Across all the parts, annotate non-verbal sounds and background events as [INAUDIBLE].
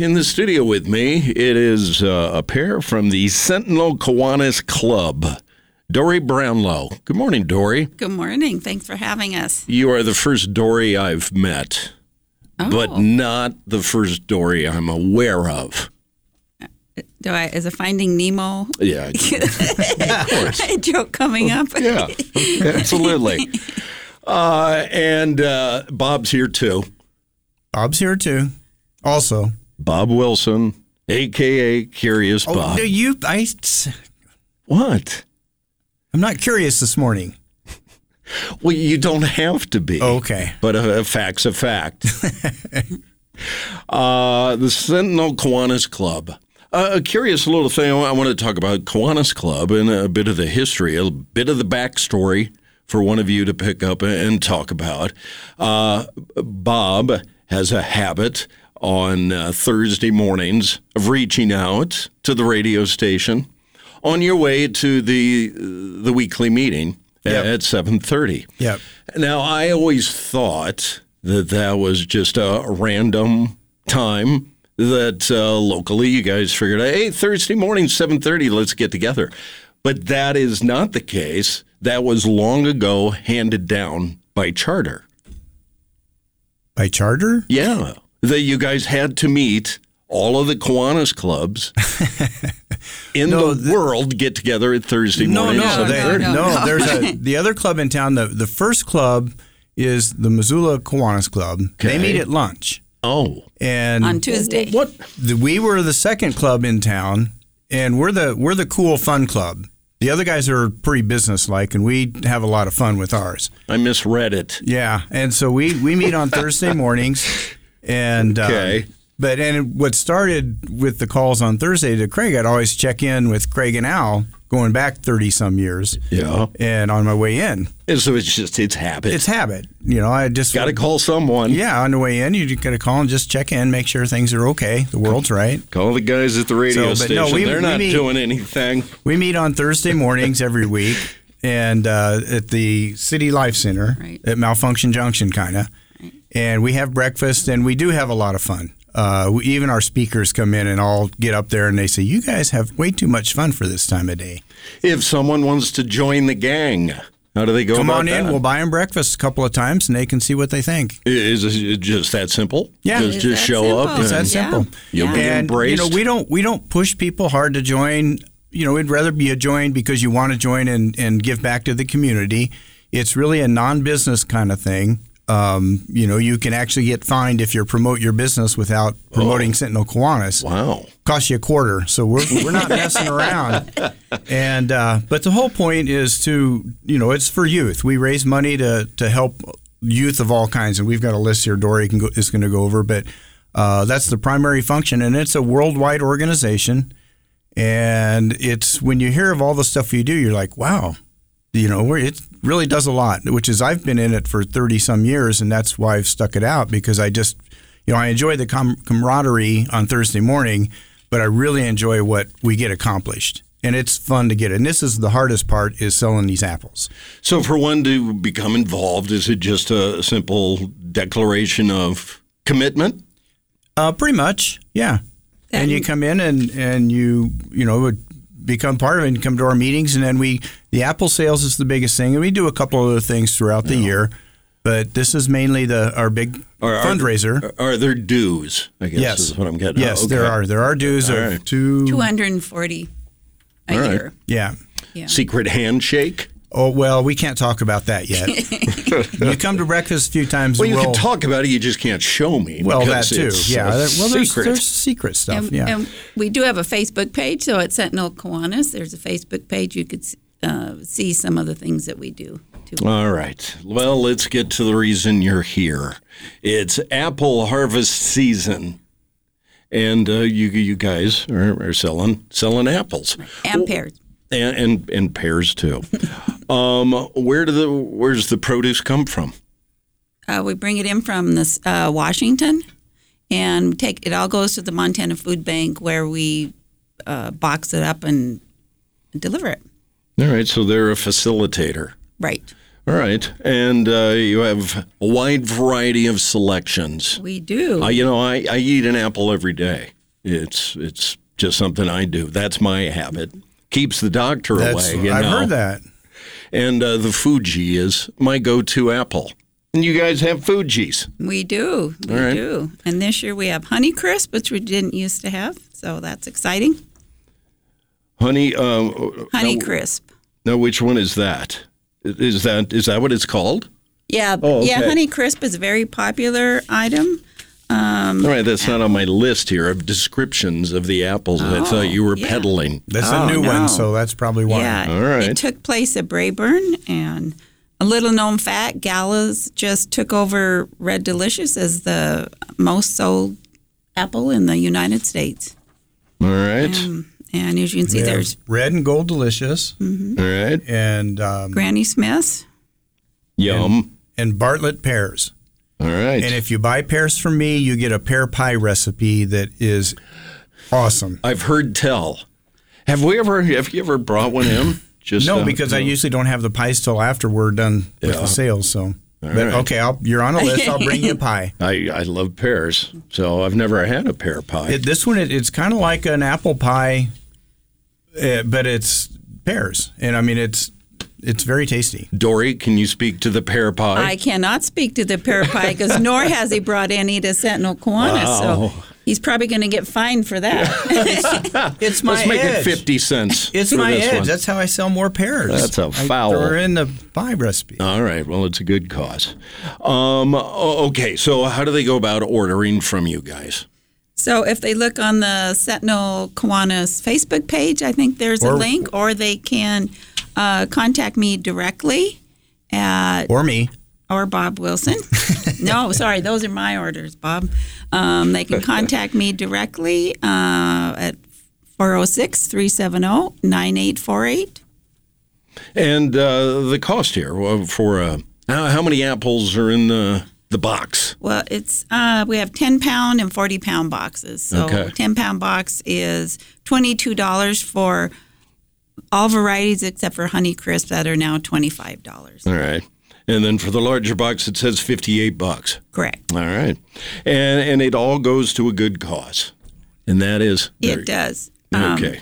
In the studio with me, it is uh, a pair from the Sentinel Kiwanis Club, Dory Brownlow. Good morning, Dory. Good morning. Thanks for having us. You are the first Dory I've met, Oh, but not the first Dory I'm aware of. Do I is a Finding Nemo [LAUGHS] Yeah, [LAUGHS] joke coming up? yeah, absolutely. Uh, and uh, Bob's here too. Bob's here too. Also, Bob Wilson, aka Curious oh, Bob. no, you, I, What? I'm not curious this morning. Well, you don't have to be. Okay. but a, a fact's a [LAUGHS] fact. uh, the Sentinel Kiwanis Club. Uh, a curious little thing I want to talk about Kiwanis Club and a bit of the history, a bit of the backstory for one of you to pick up and talk about. Uh, Bob has a habit on uh, Thursday mornings of reaching out to the radio station on your way to the the weekly meeting Yep. at 7:30. Yep. Now, I always thought that that was just a random time that uh, locally you guys figured, hey, Thursday morning, 7.30, let's get together. But that is not the case. That was long ago handed down by charter. By charter? Yeah, that you guys had to meet all of the Kiwanis clubs in No, the world get together at Thursday No, morning at no, no, they, 7:30. no, no. There's a, the other club in town. The the first club is the Missoula Kiwanis Club. Okay. They meet at lunch, Oh, and On Tuesday. what? the, we were the second club in town, and we're the we're the cool fun club. The other guys are pretty business like, and we have a lot of fun with ours. I misread it. Yeah, and so we we meet on Thursday mornings, and um, Okay. but and what started with the calls on Thursday to Craig, I'd always check in with Craig and Al going back thirty some years, Yeah. and on my way in, And so it's just, it's habit. it's habit, you know. I just Got to call someone. yeah on the way in, you got to call and just check in, make sure things are okay, the world's right. Call the guys at the radio So, but station. no, we- They're we not mean- doing anything. We meet on Thursday mornings every week, and uh, at the City Life Center Right. at Malfunction Junction, kind of. And we have breakfast, and we do have a lot of fun. Uh, we, even our speakers come in and all get up there, and they say, "You guys have way too much fun for this time of day. If someone wants to join the gang, how do they go Come about on in. that? We'll buy them breakfast a couple of times, and they can see what they think." Is it just that simple? Yeah. Just, It's just that show up. simple. It's that and- simple. You'll be and you know embraced. we don't we don't push people hard to join you know we'd rather be a join because you want to join and and give back to the community it's really a non-business kind of thing um, you know you can actually get fined if you promote your business without Oh. promoting sentinel kiwanis Wow. cost you a quarter so we're, we're not messing around and uh, but the whole point is to you know it's for youth we raise money to to help youth of all kinds and we've got a list here dory can go, is going to go over but uh, that's the primary function and it's a worldwide organization and it's when you hear of all the stuff you do you're like wow you know we're, it really does a lot which is i've been in it for 30 some years and that's why i've stuck it out because i just you know i enjoy the com- camaraderie on thursday morning but i really enjoy what we get accomplished and it's fun to get it and this is the hardest part is selling these apples So for one to become involved, is it just a simple declaration of commitment? Uh, pretty much, yeah. and you come in and and you you know would become part of it and come to our meetings and then we the apple sales is the biggest thing and we do a couple other things throughout the year, but this is mainly the our big Or are- fundraiser. Are- Are there dues? I guess yes, is what I'm getting. Yes, Oh, okay. there are there are dues All of right. two. 240 a All right. year. Yeah. Secret handshake. Oh well, we can't talk about [LAUGHS] that yet. you come to breakfast a few times. Well, and you can we'll- talk about it. You just can't show me. Well, that because too. it's Yeah. a there- well, there's, secret. there's secret stuff. And, yeah. and we do have a Facebook page, so at Sentinel Kiwanis, there's a Facebook page you could uh, see some of the things that we do. Too. All right. Well, let's get to the reason you're here. It's apple harvest season, and uh, you you guys are, are selling selling apples And pears. and and, and pears too. um, where do the where's the produce come from? Uh, we bring it in from this, uh, Washington, and take it all goes to the Montana Food Bank where we uh, box it up and deliver it. All right. So they're a facilitator. Right. All right. And uh, you have a wide variety of selections. We do. I, you know, I, I eat an apple every day. It's it's just something I do. That's my habit. Keeps the doctor That's, away. You I've know? heard that. And uh, the Fuji is my go-to apple. And you guys have Fujis. we do. We All right. do. And this year we have Honey Crisp, which we didn't used to have. So that's exciting. Honey, um, Honey Crisp. now which one is that? Is that is that what it's called? Yeah. Oh, Yeah. okay. Honey Crisp is a very popular item. All right, that's not on my list here of descriptions of the apples I thought you were yeah. peddling. That's Oh, a new no. one, so that's probably why. Yeah. All right. It took place at Brayburn and a little known fact, Galas just took over Red Delicious as the most sold apple in the United States. Mm. All right. And as you can see, We have there's Mm. red and gold delicious, All right. and um, Granny Smith's. Yum. and Bartlett pears. All right. And if you buy pears from me, you get a pear pie recipe that is awesome. I've heard tell. Have we ever? Have you ever brought one in? Just [CLEARS THROAT] No, uh, because I usually don't have the pies till after we're done with Yeah. the sales. So, but right. okay, I'll, you're on a list. [LAUGHS] I'll bring you a pie. I I love pears, so I've never had a pear pie. It, this one, it, it's kind of like an apple pie, uh, but it's pears, and I mean it's it's very tasty. Dory, can you speak to the pear pie? I cannot speak to the pear pie because nor has he brought any to Sentinel Kiwanis. Wow. So he's probably going to get fined for that. [LAUGHS] It's my Let's make edge. it fifty cents. It's for my this edge. one. That's how I sell more pears. That's a I foul. Throw her in the pie recipe. All right. Well, it's a good cause. Um, o- okay. So, how do they go about ordering from you guys? so if they look on the Sentinel Kiwanis Facebook page, I think there's a Or- link, or they can uh, contact me directly at Or me. or Bob Wilson. no, sorry, those are my orders, Bob. Um, they can contact me directly uh, at 406 370 9848. And uh, the cost here uh, for uh, how, how many apples are in the the box? Well, it's uh, we have ten pound and forty pound boxes. So Okay. ten pound box is twenty two dollars for all varieties except for Honey Crisp that are now twenty five dollars. All right. And then for the larger box, it says fifty-eight bucks. Correct. All right, and and it all goes to a good cause, and that is It does. Um, okay.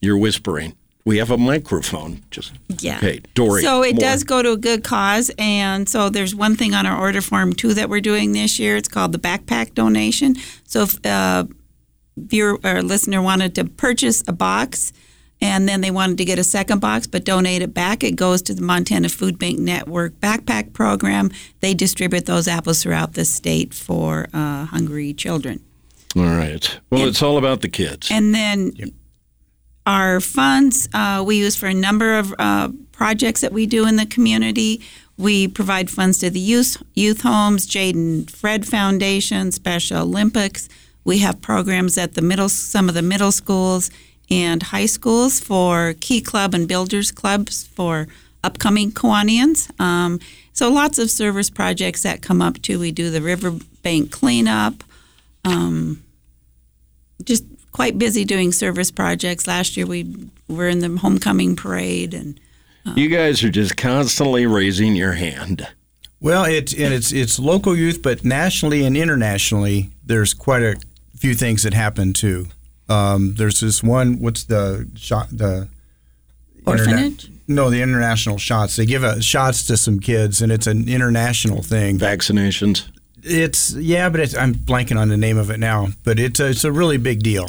You're whispering. We have a microphone. Just Yeah. Okay, Dory. So it more. does go to a good cause. And so there's one thing on our order form, too, that we're doing this year. It's called the backpack donation. So if uh, viewer or listener wanted to purchase a box and then they wanted to get a second box but donate it back, it goes to the Montana Food Bank Network backpack program. They distribute those apples throughout the state for uh, hungry children. All right. Well, it's all about the kids. And then our funds uh, we use for a number of uh, projects that we do in the community. We provide funds to the youth youth homes, Jade and Fred Foundation, Special Olympics. We have programs at the middle some of the middle schools and high schools for Key Club and Builders Clubs for upcoming Kiwanians. Um, so lots of service projects that come up too. We do the riverbank cleanup Um, just quite busy doing service projects. Last year we were in the homecoming parade and you guys are just constantly raising your hand. Well, it's and it's it's local youth, but nationally and internationally, there's quite a few things that happen too. Um, there's this one. What's the shot? The interna- orphanage. no, the international shots. They give uh shots to some kids, and it's an international thing. Vaccinations. It's yeah, but it's, I'm blanking on the name of it now. But it's a, it's a really big deal,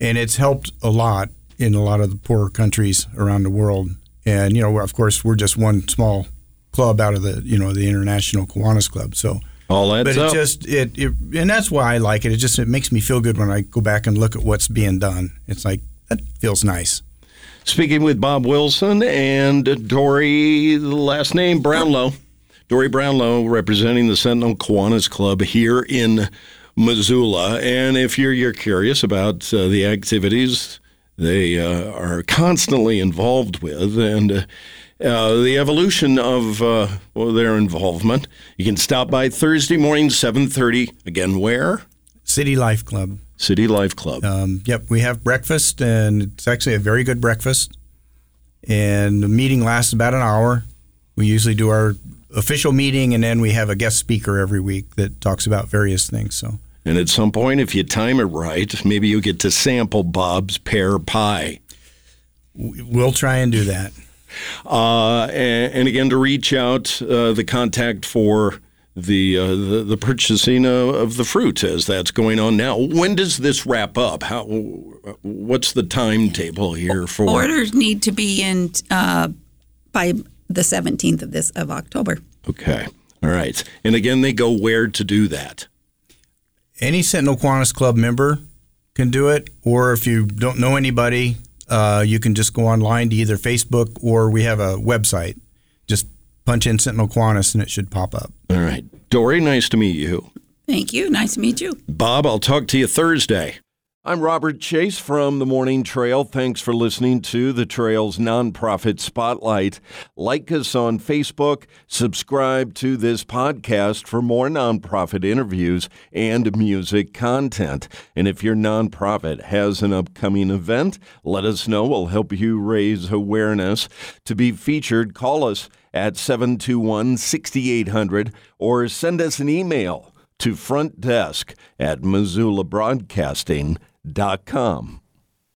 and it's helped a lot in a lot of the poorer countries around the world. And you know, we're- of course, we're just one small club out of the you know the international Kiwanis Club. So, All but adds it up. just it, it and that's why I like it. It just it makes me feel good when I go back and look at what's being done. It's like that feels nice. Speaking with Bob Wilson and Dory, the last name Brownlow. Dory Brownlow representing the Sentinel Kiwanis Club here in Missoula. And if you're, you're curious about uh, the activities they uh, are constantly involved with and uh, uh, the evolution of uh, well, their involvement, you can stop by Thursday morning, 7.30. Again, where? City Life Club. City Life Club. Um, yep, we have breakfast, and it's actually a very good breakfast. And the meeting lasts about an hour, We usually do our official meeting, and then we have a guest speaker every week that talks about various things. So And at some point, if you time it right, maybe you get to sample Bob's pear pie. we'll try and do that. Uh, and, and again, to reach out, uh, the contact for the, uh, the the purchasing of, of the fruit as that's going on now. When does this wrap up? How? What's the timetable here for? Orders need to be in uh, by the 17th of this of October. Okay. All right. And again, they go where to do that. Any Sentinel Qantas Club member can do it, or if you don't know anybody, uh, you can just go online to either Facebook or we have a website. Just punch in Sentinel Qantas and it should pop up. All right. Dory, nice to meet you. Thank you. Nice to meet you. Bob, I'll talk to you Thursday. I'm Robert Chase from The Morning Trail. Thanks for listening to The Trail's nonprofit spotlight. Like us on Facebook, subscribe to this podcast for more nonprofit interviews and music content. And if your nonprofit has an upcoming event, let us know. We'll help you raise awareness. To be featured, call us at 721 6800 or send us an email to front desk at missoulabroadcasting.com.